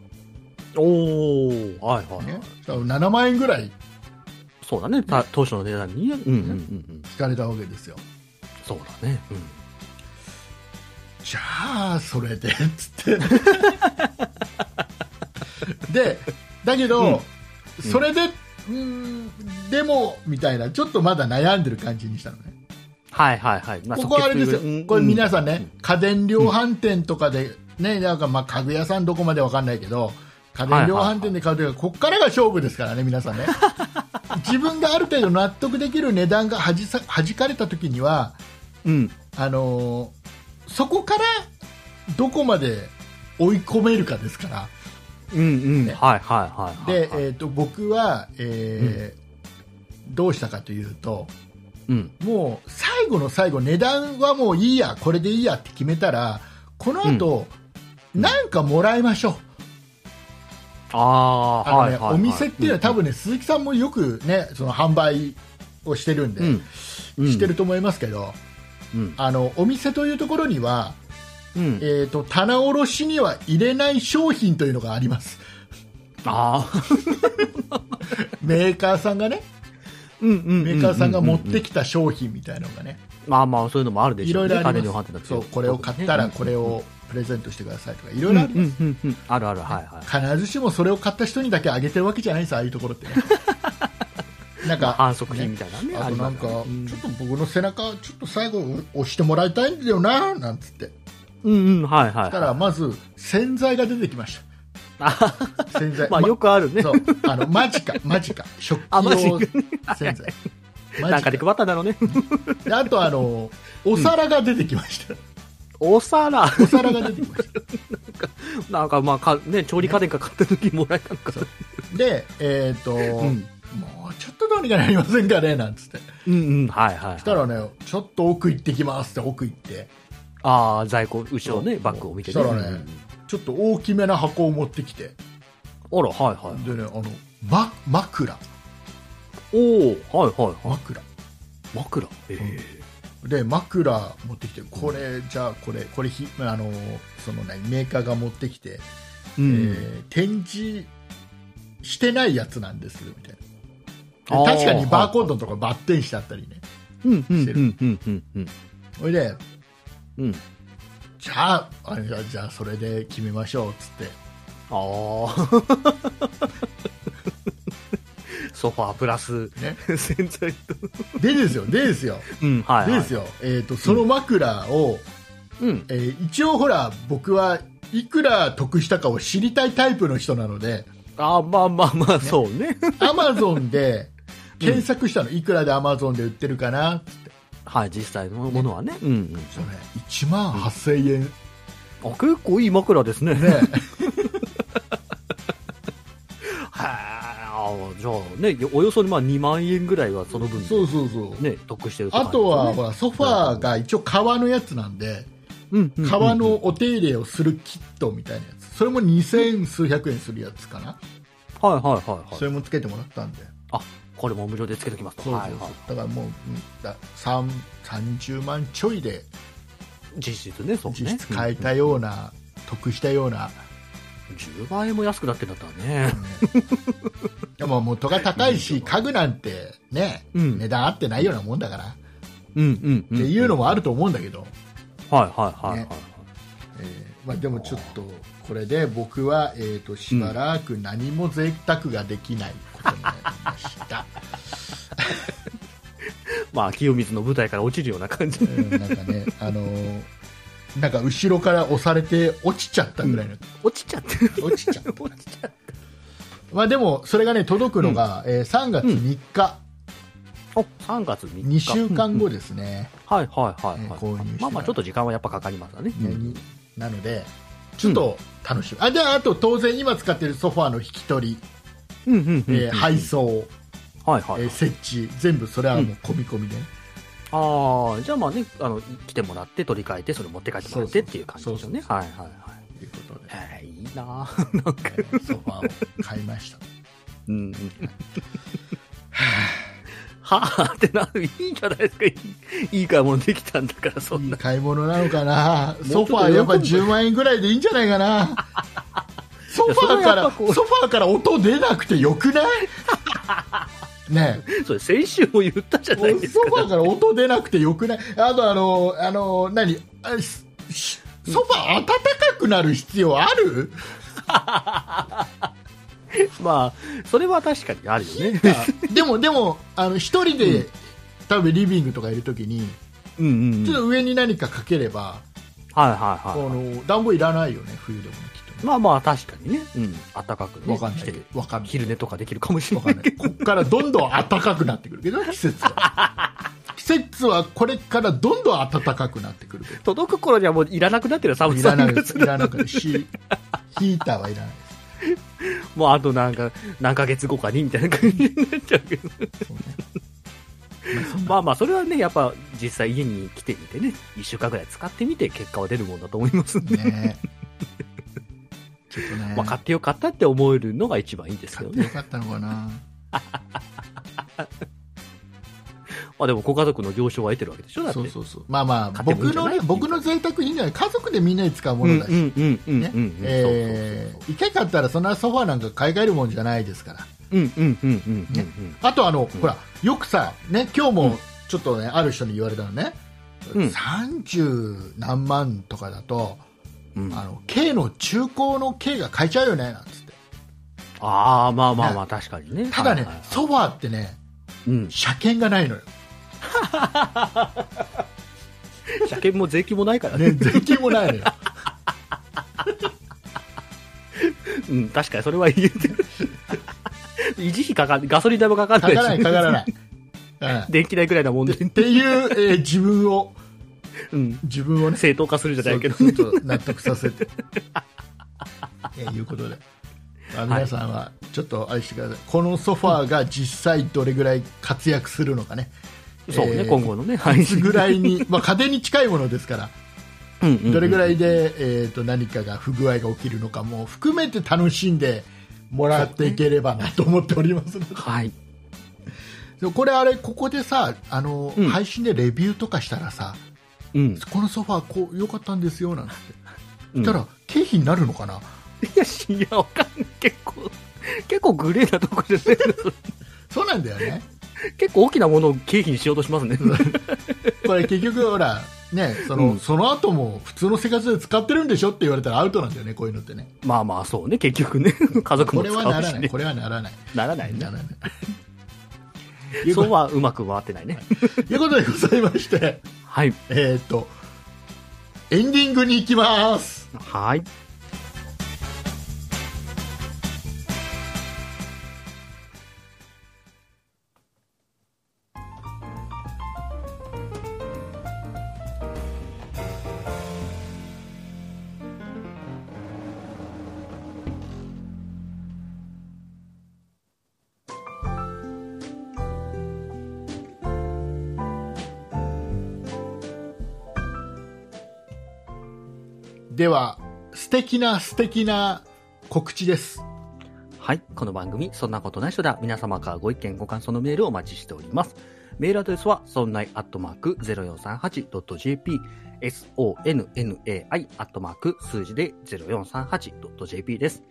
Speaker 3: おおはいは
Speaker 2: う、
Speaker 3: いはい
Speaker 2: ね、。そしたら7万円ぐらい
Speaker 3: そうだね、た当初の値段にね。うんうんうんうん。
Speaker 2: 聞かれたわけですよ
Speaker 3: そうだね。うん。
Speaker 2: じゃあそれでっ
Speaker 3: *laughs*
Speaker 2: つってでだけど、それでうーんでもみたいなちょっとまだ悩んでる感じにしたのね
Speaker 3: はいはいはい。ま
Speaker 2: ここはあれですよ、これ皆さんね、、家電量販店とかでねなんかまあ家具屋さんどこまでわかんないけど家電量販店で買うときは、ここからが勝負ですからね、皆さんね。自分がある程度納得できる値段がはじさはじかれたときには、
Speaker 3: うん。
Speaker 2: あのーそこからどこまで追い込めるかですから。
Speaker 3: うんうん。
Speaker 2: ね
Speaker 3: はいはいはいはい。
Speaker 2: で、えー、と僕は、えーどうしたかというと
Speaker 3: うん。
Speaker 2: もう最後の最後値段はもういいやこれでいいやって決めたらこの後、なんかもらいましょう、
Speaker 3: ああー、
Speaker 2: あの
Speaker 3: はい
Speaker 2: ね
Speaker 3: はいはい。
Speaker 2: お店っていうのは多分ね、鈴木さんもよくねその販売をしてるんで、
Speaker 3: うん、うん。
Speaker 2: してる。と思いますけど
Speaker 3: うん。
Speaker 2: あのお店というところには、
Speaker 3: うん。
Speaker 2: えー、と棚卸しには入れない商品というのがあり
Speaker 3: *laughs*
Speaker 2: ます
Speaker 3: ああ。
Speaker 2: メーカーさんがね
Speaker 3: うんうんうんうん。
Speaker 2: メーカーさんが持ってきた商品みたいなのがね、
Speaker 3: まあまあ、そういうのもあるで
Speaker 2: い
Speaker 3: しょ
Speaker 2: ろ
Speaker 3: う
Speaker 2: い
Speaker 3: ね。
Speaker 2: ろあ
Speaker 3: 家
Speaker 2: り
Speaker 3: 電量販
Speaker 2: ま
Speaker 3: 店だと
Speaker 2: す。そう、これを買ったらこれをプレゼントしてくださいとか、いろいろあり
Speaker 3: うん
Speaker 2: ま
Speaker 3: う
Speaker 2: す。
Speaker 3: んうんうん。あるある、はいはい。
Speaker 2: 必ずしもそれを買った人にだけあげてるわけじゃないんです、ああいうところ
Speaker 3: *laughs*
Speaker 2: ってね。なんか、
Speaker 3: 反則品みたいなね。
Speaker 2: あとなんか、ちょ
Speaker 3: う
Speaker 2: っ
Speaker 3: ん
Speaker 2: と僕の背中、ちょっと最後押してもらいたいんだよな、なんつって。
Speaker 3: うんうん、はいはい。
Speaker 2: だから、まず、洗剤が出てきまし
Speaker 3: あはは
Speaker 2: た。洗剤。
Speaker 3: *laughs* まあよくあるね。
Speaker 2: そう、あの、マ
Speaker 3: *laughs*
Speaker 2: ジか、マジか。食器
Speaker 3: あマジ
Speaker 2: 用
Speaker 3: か
Speaker 2: 洗剤。
Speaker 3: *laughs* な
Speaker 2: マ
Speaker 3: んかで
Speaker 2: ジか。
Speaker 3: 配ったんだろう
Speaker 2: *laughs*
Speaker 3: ね。
Speaker 2: であと、あの、お皿が出てきました。
Speaker 3: お皿。
Speaker 2: お皿が出てきました。
Speaker 3: なんかまあか、ね、調理家電か買った時もらえたのかな。
Speaker 2: で、えっ、と、
Speaker 3: ん
Speaker 2: もうちょっとどうにかなりませんかねなんつって。
Speaker 3: うんうん、はいはい。
Speaker 2: したらね、ちょっと奥行ってきますって奥行って、
Speaker 3: ああ、在庫、後ろね、
Speaker 2: そう
Speaker 3: バッグを見て
Speaker 2: そしたらね
Speaker 3: うん
Speaker 2: ちょっと大きめな箱を持ってきて、
Speaker 3: うんあら、はいはい。
Speaker 2: でね、あの、ま、枕、
Speaker 3: おおはいはいはい。
Speaker 2: 枕。
Speaker 3: 枕。え
Speaker 2: で、枕持ってきて、これ、じゃあこれ、これひ、あの、そのね、メーカーが持ってきて、
Speaker 3: えう
Speaker 2: え
Speaker 3: ん。
Speaker 2: ー展示してないやつなんですけど、みたい
Speaker 3: あ
Speaker 2: な。
Speaker 3: ー
Speaker 2: で確かにバーコードとかバッテンしてあったりね。
Speaker 3: うんうんうんうんうんうん。
Speaker 2: それで、
Speaker 3: うん。
Speaker 2: じゃあ、あじゃあ、じゃあそれで決めましょう、つって。
Speaker 3: ああ。
Speaker 2: *laughs*
Speaker 3: ソファープラス、
Speaker 2: ね
Speaker 3: 洗剤と。
Speaker 2: でですよ、でですよ、
Speaker 3: うん、はい、
Speaker 2: で
Speaker 3: はい。
Speaker 2: ですよ、えー、とその枕を、
Speaker 3: うん。
Speaker 2: えー一応、ほら、僕はいくら得したかを知りたいタイプの人なの
Speaker 3: *laughs*
Speaker 2: で、
Speaker 3: ああ、まあまあまあ、そうね。 *laughs*
Speaker 2: アマゾンで検索したの、いくらでアマゾンで売ってるかなって、
Speaker 3: はい、実際のものはね。うんうん。
Speaker 2: それ1万8000円、ね、
Speaker 3: あ結構いい枕ですね。 *laughs* はい。あじゃあね、よおよそまあ2万円ぐらいはその分、
Speaker 2: そうそうそう、
Speaker 3: ね、得してる
Speaker 2: あとは、ほ
Speaker 3: は、
Speaker 2: ら、ソファーが一応、革のやつなんで、
Speaker 3: うんうんうん
Speaker 2: 革のお手入れをするキットみたいなやつ、それも2000数百円するやつかな、
Speaker 3: はいはいはいはい
Speaker 2: そ。れもつけてもらったんで。
Speaker 3: あ、これも無料でつけときますと。
Speaker 2: そうそう
Speaker 3: はい
Speaker 2: そう、
Speaker 3: はい。
Speaker 2: だからもううんだ3 30万ちょいで
Speaker 3: 実質ね、そうね。
Speaker 2: 実質買え
Speaker 3: い。
Speaker 2: たような、得したような、
Speaker 3: 10万円も安くなってんだったらね。
Speaker 2: ね *laughs* でも元が高いし家具なんてね、
Speaker 3: うん
Speaker 2: 値段合ってないようなもんだから、
Speaker 3: うんうんうん。
Speaker 2: っていうのもあると思うんだけど、
Speaker 3: はいはいはいはい。
Speaker 2: ねえーまあ、でもちょっとこれで僕は、えー、としばらく何も贅沢ができないことになりました、
Speaker 3: まあ、清水の舞台から落ちるような感
Speaker 2: *laughs*
Speaker 3: じ。
Speaker 2: うんなんかねあのーなんか後ろから押されて落ちちゃったぐらいの、
Speaker 3: *laughs* 落ちちゃってる。
Speaker 2: 落ちちゃった
Speaker 3: 落ちちゃっ
Speaker 2: まあでも、それがね、届くのが、えー3月3日、 *laughs*
Speaker 3: た。お、3月3日。
Speaker 2: 2週間後ですね。
Speaker 3: はいはいはい、
Speaker 2: ね
Speaker 3: はい
Speaker 2: 購入して
Speaker 3: まあまあちょっと時間はやっぱかかりますわね。
Speaker 2: ねになので、ちょっと楽しみ。あ、で、あと当然今使ってるソファーの引き取り、
Speaker 3: うんうんうん、
Speaker 2: えー配送、
Speaker 3: はいはい。
Speaker 2: えー設置、全部それはもう込み込みでね。
Speaker 3: ああ、じゃあまあね、あの、来てもらって取り替えて、それ持って帰ってもらって
Speaker 2: そうそう
Speaker 3: っていう感じですよね。はいはいはい。
Speaker 2: ということで、
Speaker 3: へえいいなぁなんか、
Speaker 2: えーソファーを買いました。
Speaker 3: うん
Speaker 2: *laughs*
Speaker 3: うん。はぁってな、いいじゃないですか。いいいい買い物できたんだから、そ
Speaker 2: い
Speaker 3: ん
Speaker 2: い
Speaker 3: な。
Speaker 2: 買い物なのかな
Speaker 3: うちょ
Speaker 2: ソ
Speaker 3: っと
Speaker 2: ファーやっぱ
Speaker 3: 喜
Speaker 2: 10万円ぐらいでいいんじゃないかなソファーか
Speaker 3: *laughs* いやそれはや
Speaker 2: ら、
Speaker 3: っぱ
Speaker 2: ソ
Speaker 3: こ
Speaker 2: フ
Speaker 3: う
Speaker 2: ァーから音出なくてよくないねえ。
Speaker 3: *laughs* それ先週も言ったじゃないです
Speaker 2: ソ
Speaker 3: か。
Speaker 2: ファーから音出なくてよくないあとあのあの何あししソファー暖かくなる必要ある
Speaker 3: まあ、それは確かにあるよね。 *laughs*
Speaker 2: でもでもあの一人で、
Speaker 3: う
Speaker 2: 多分リビングとかいるときに
Speaker 3: うんうんうん。
Speaker 2: ちょっ
Speaker 3: はい
Speaker 2: と上に何かかければ、
Speaker 3: はいは
Speaker 2: あの暖房いらないよね冬でもねきっとね
Speaker 3: まあまあ確かにね、うん、暖かくね、
Speaker 2: わかんない
Speaker 3: してて
Speaker 2: わかんない
Speaker 3: 昼寝とかできるかもしれ
Speaker 2: わ
Speaker 3: な
Speaker 2: か
Speaker 3: い
Speaker 2: んない
Speaker 3: けど
Speaker 2: こっからどんどん暖かくなってくるけど季節は
Speaker 3: *laughs*
Speaker 2: 季節はこれからどんどん暖かくなってくるけど
Speaker 3: 届く頃にはもういらなくなってるよ寒
Speaker 2: い
Speaker 3: さ
Speaker 2: らない
Speaker 3: が
Speaker 2: ですいらなくてヒヒーターはいらない
Speaker 3: もうあとなんか何ヶ月後かにみたいな感じになっちゃうけど
Speaker 2: ですそうねまあそんな
Speaker 3: まあまあそれはねやっぱ実際家に来てみてね1週間ぐらい使ってみて結果は出るもんだと思いますんで、
Speaker 2: ねちょっとね
Speaker 3: まあ買ってよかったって思えるのが一番いいですけ
Speaker 2: 買
Speaker 3: ど
Speaker 2: って
Speaker 3: ね
Speaker 2: よかったのかな
Speaker 3: まあでもご家族の了承は得てるわけでしょだって
Speaker 2: そうそうそうまあまあ
Speaker 3: 買ってもい
Speaker 2: 僕
Speaker 3: いんじゃ
Speaker 2: の
Speaker 3: ない
Speaker 2: ね僕の贅沢いいんじゃない家族でみんなで使うものだし、
Speaker 3: うんうんうんうん
Speaker 2: ね
Speaker 3: うん
Speaker 2: えー、一回買ったらそんなソファーなんか買い替えるもんじゃないですから
Speaker 3: うんうんうんうんうん
Speaker 2: ねあとあの、
Speaker 3: うん
Speaker 2: ほらよくさね今日
Speaker 3: うん
Speaker 2: もちょっとね、ある人に言われたのね、
Speaker 3: うん
Speaker 2: 30何万とかだと
Speaker 3: うんうん
Speaker 2: あ
Speaker 3: あ
Speaker 2: の K の中古の K が買えちゃうよねなんつって
Speaker 3: あーまあまあまあ確かにね
Speaker 2: ただね、
Speaker 3: はいはいはい
Speaker 2: ソファーってね
Speaker 3: うん
Speaker 2: 車検がないのよ、
Speaker 3: 車検も税金もないから
Speaker 2: ね、
Speaker 3: ね
Speaker 2: 税金もないのよ
Speaker 3: うん、確かにそれは言えてる。維持費かかんガソリン代もかかんな
Speaker 2: か
Speaker 3: いし
Speaker 2: からないかからない、うん
Speaker 3: 電気代くらいなもんで、
Speaker 2: っていう、えー自分を
Speaker 3: うん、
Speaker 2: 自分をね
Speaker 3: 正当化するじゃないけど、
Speaker 2: そうちょっと納得させて *laughs* えーいうことで、まあ、
Speaker 3: はい
Speaker 2: 皆さんはちょっと愛してください、このソファーが実際どれぐらい活躍するのかね、
Speaker 3: そうね、
Speaker 2: えー
Speaker 3: 今後のね、配
Speaker 2: いつ
Speaker 3: 信
Speaker 2: ぐらい *laughs* に、まあ、家電に近いものですからどれぐらいで、えー、と何かが不具合が起きるのかも含めて楽しんでもらっていければなと思っておりますので
Speaker 3: はい。
Speaker 2: でもこれあれここでさあの、
Speaker 3: うん
Speaker 2: 配信でレビューとかしたらさ
Speaker 3: うん。
Speaker 2: このソファーこう良かったんですよなんて
Speaker 3: う
Speaker 2: 言
Speaker 3: ん
Speaker 2: ったら経費になるのかな、
Speaker 3: いや、しいや、わかんない。結構、結構グレーなとこじゃないのそれ
Speaker 2: そうなんだよね
Speaker 3: 結構大きなものを経費にしようとします
Speaker 2: *laughs*
Speaker 3: ね。
Speaker 2: これ結局ほらねその、
Speaker 3: うん
Speaker 2: その後も普通の生活で使ってるんでしょって言われたらアウトなんだよねこういうのってね
Speaker 3: まあまあ、そうね、結局ね。家族
Speaker 2: こ
Speaker 3: も
Speaker 2: れ
Speaker 3: 使
Speaker 2: はな
Speaker 3: う
Speaker 2: ら
Speaker 3: し
Speaker 2: ない
Speaker 3: *laughs* ね。
Speaker 2: これはならない *laughs*
Speaker 3: ならないね
Speaker 2: な。らない
Speaker 3: そうはうまく回ってないね。
Speaker 2: ということでございまして *laughs*
Speaker 3: はい。
Speaker 2: えーっとエンディングに行きます
Speaker 3: はい。
Speaker 2: では素敵な素敵な告知です
Speaker 3: はい。この番組、そんなことない人だ。皆様からご意見、ご感想のメールをお待ちしております。メールアドレスは、そんないアットマーク 0438.jp、sonnai アットマーク数字で 0438.jp です。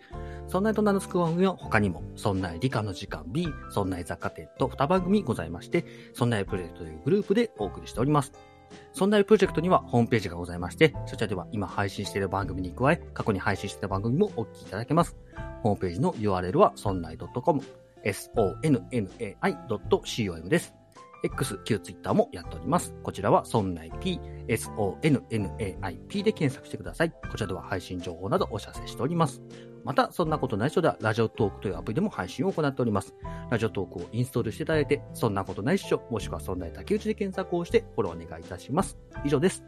Speaker 3: そんないと名のつく番組は他にも、そんない理科の時間 B、そんない雑貨店と2番組ございまして、そんないプロジェクトというグループでお送りしております。そんなプロジェクトにはホームページがございまして、そちらでは今配信している番組に加え、過去に配信していた番組もお聞きいただけます。ホームページの URL は sonnai.com、sonnai.com です。X、旧 Twitter もやっております。こちらは sonnaip、sonnaip で検索してください。こちらでは配信情報などお知らせしております。また、そんなことない人では、ラジオトークというアプリでも配信を行っております。ラジオトークをインストールしていただいて、そんなことないっしょ、もしくはそんな竹内で検索をして、フォローお願いいたします。以上です。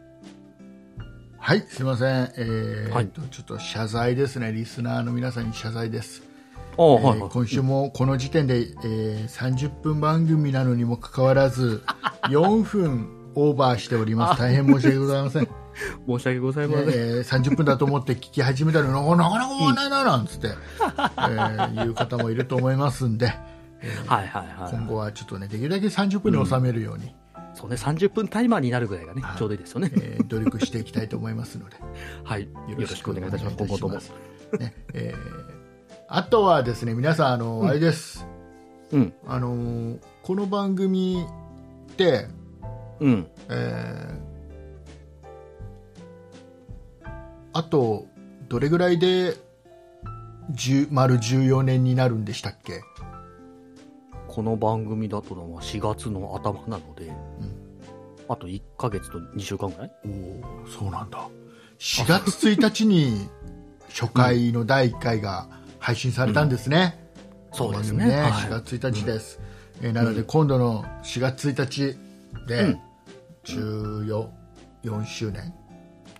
Speaker 2: はいすいませんえー
Speaker 3: はい
Speaker 2: とちょっと謝罪ですねリスナーの皆さんに謝罪です
Speaker 3: ああ、はい、
Speaker 2: えー
Speaker 3: はい。
Speaker 2: 今週もこの時点で、えー30分番組なのにもかかわら
Speaker 3: *laughs*
Speaker 2: ず4分オーバーしております大変申し訳ございません、
Speaker 3: *laughs*
Speaker 2: ね
Speaker 3: 申し訳ござい
Speaker 2: え
Speaker 3: ません。
Speaker 2: ー30分だと思って聞き始めたのにおなかなか終わらないななんつって、えーいう方もいると思いますん
Speaker 3: *laughs*
Speaker 2: で
Speaker 3: はいはいはい。
Speaker 2: 今後はちょっとねできるだけ30分に収めるように、
Speaker 3: そうね、30分タイマーになるぐらいがね、ちょうどいいですよね。
Speaker 2: えー努力していきたいと思いますので
Speaker 3: はい。よろしくお願いいたします。今後とも。
Speaker 2: ねえーあとはですね皆さんあの、あれです
Speaker 3: うん。
Speaker 2: あのーこの番組って
Speaker 3: うん。
Speaker 2: えーあとどれぐらいで10丸14年になるんでしたっけ
Speaker 3: この番組だとのは4月の頭なので、あと1ヶ月と2週間ぐらい
Speaker 2: おおそうなんだ4月1日に初回の第1回が配信されたんですね。
Speaker 3: そうですね。
Speaker 2: この番
Speaker 3: は
Speaker 2: 組
Speaker 3: い
Speaker 2: 4月1日です。えーなので、今度の4月1日
Speaker 3: う
Speaker 2: で
Speaker 3: ん、
Speaker 2: 14 4周年、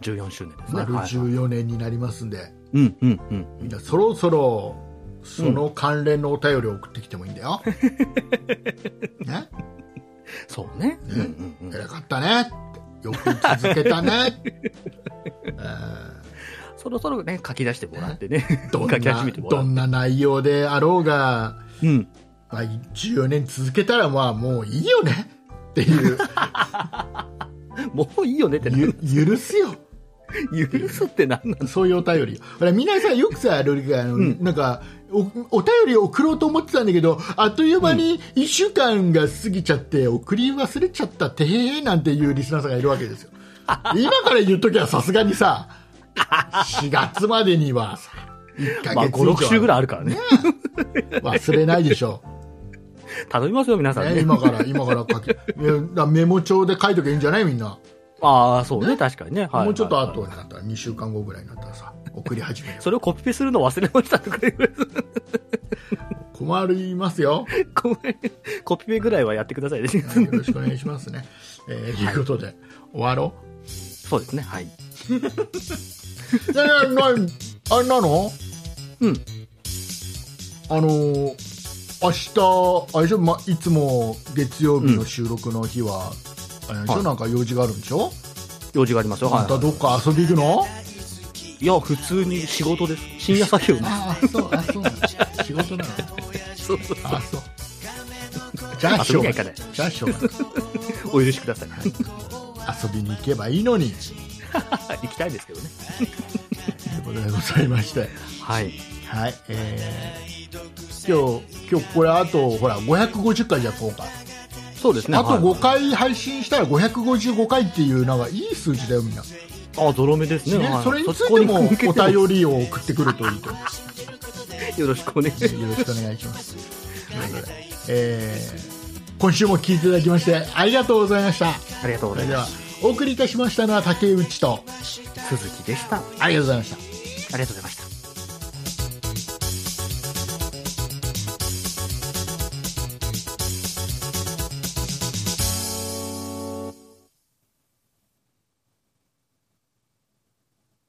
Speaker 3: 14周年ですね。
Speaker 2: 丸
Speaker 3: はいはい
Speaker 2: 14年になりますんで、
Speaker 3: うんうんうん。
Speaker 2: みんなそろそろ、その関連のお便りを送ってきてもいいんだ
Speaker 3: *laughs*
Speaker 2: よ。ね
Speaker 3: そうね。うんうんうん。
Speaker 2: 偉かったねってよく続けたねえー
Speaker 3: そろそろね、書き出してもらってね。
Speaker 2: どん
Speaker 3: *laughs* 書き始めて
Speaker 2: な
Speaker 3: もら
Speaker 2: ど
Speaker 3: って。
Speaker 2: んな内容であろうが、
Speaker 3: うん。
Speaker 2: まあ、14年続けたらまあもういいよねっていう
Speaker 3: もういいよねってな
Speaker 2: ゆ
Speaker 3: *laughs*
Speaker 2: 許すよ
Speaker 3: 許すってなんなん
Speaker 2: そういうお便りよほら皆さんよくさロリがあの、
Speaker 3: ん
Speaker 2: なんかおお便りを送ろうと思ってたんだけどあっという間に1週間が過ぎちゃって送り忘れちゃったてへへなんていうリスナーさんがいるわけ
Speaker 3: *laughs*
Speaker 2: ですよ今から言っときゃさすがにさ4月までには1ヶ
Speaker 3: まあ、
Speaker 2: 月
Speaker 3: 5、6週ぐ
Speaker 2: らい
Speaker 3: らいあるからね。
Speaker 2: 忘れないで
Speaker 3: *laughs*
Speaker 2: しょう
Speaker 3: 頼みますよ、皆さん
Speaker 2: ね、
Speaker 3: ね。
Speaker 2: 今から今から書きいやだメモ帳で書いとけばいいんじゃないみんな、
Speaker 3: ああ、そうね、確かにね。はい
Speaker 2: もうちょっと
Speaker 3: はいはい
Speaker 2: 後になったら2週間後ぐらいになったらさ送り始める
Speaker 3: それをコピペするの忘れましたとか言われて *laughs*
Speaker 2: 困りますよ
Speaker 3: ごめんコピペぐらいはやってくださいね。
Speaker 2: よろしくお願いしますね、えーということで終わろ
Speaker 3: そうですね、はい。
Speaker 2: うねえなあれなの
Speaker 3: うん
Speaker 2: あのー明日あれでしょ、ま、いつも月曜日の収録の日は、あれでしょ、
Speaker 3: はい
Speaker 2: なんか用事があるんでしょ、
Speaker 3: 用事がありますよ。
Speaker 2: また
Speaker 3: は
Speaker 2: どっか遊び行くの
Speaker 3: い。いや、普通に仕事です。深夜作業です。
Speaker 2: ああそうあそう *laughs* 仕事なの
Speaker 3: そうそう
Speaker 2: あそうじゃあしょうがない
Speaker 3: 遊びには行かない
Speaker 2: じゃあしょうがない
Speaker 3: お許しください。 *laughs*
Speaker 2: 遊びに行けばいいのに
Speaker 3: 行きたいですけどね。
Speaker 2: ということでございまして
Speaker 3: はい。
Speaker 2: はいえー、今日今日これあとほら550回じゃ今回
Speaker 3: そうですね。
Speaker 2: あと
Speaker 3: はい
Speaker 2: 5回配信したら555回っていうなんかいい数字だよみんな、ね
Speaker 3: あ、ゾロ目ですね。はい
Speaker 2: それについてもお
Speaker 3: そこに向
Speaker 2: 便りを送ってくるといいと思います
Speaker 3: けてよろしくお願いします。
Speaker 2: よろしくお願いしますということで、えー今週も聞いていただきましてありがとうございました
Speaker 3: ありがとうご
Speaker 2: それ
Speaker 3: ざい
Speaker 2: で
Speaker 3: ま
Speaker 2: はお送りいたしましたのは竹内と
Speaker 3: す。鈴木でした。あ
Speaker 2: ありがとうございました
Speaker 3: りがとうございました。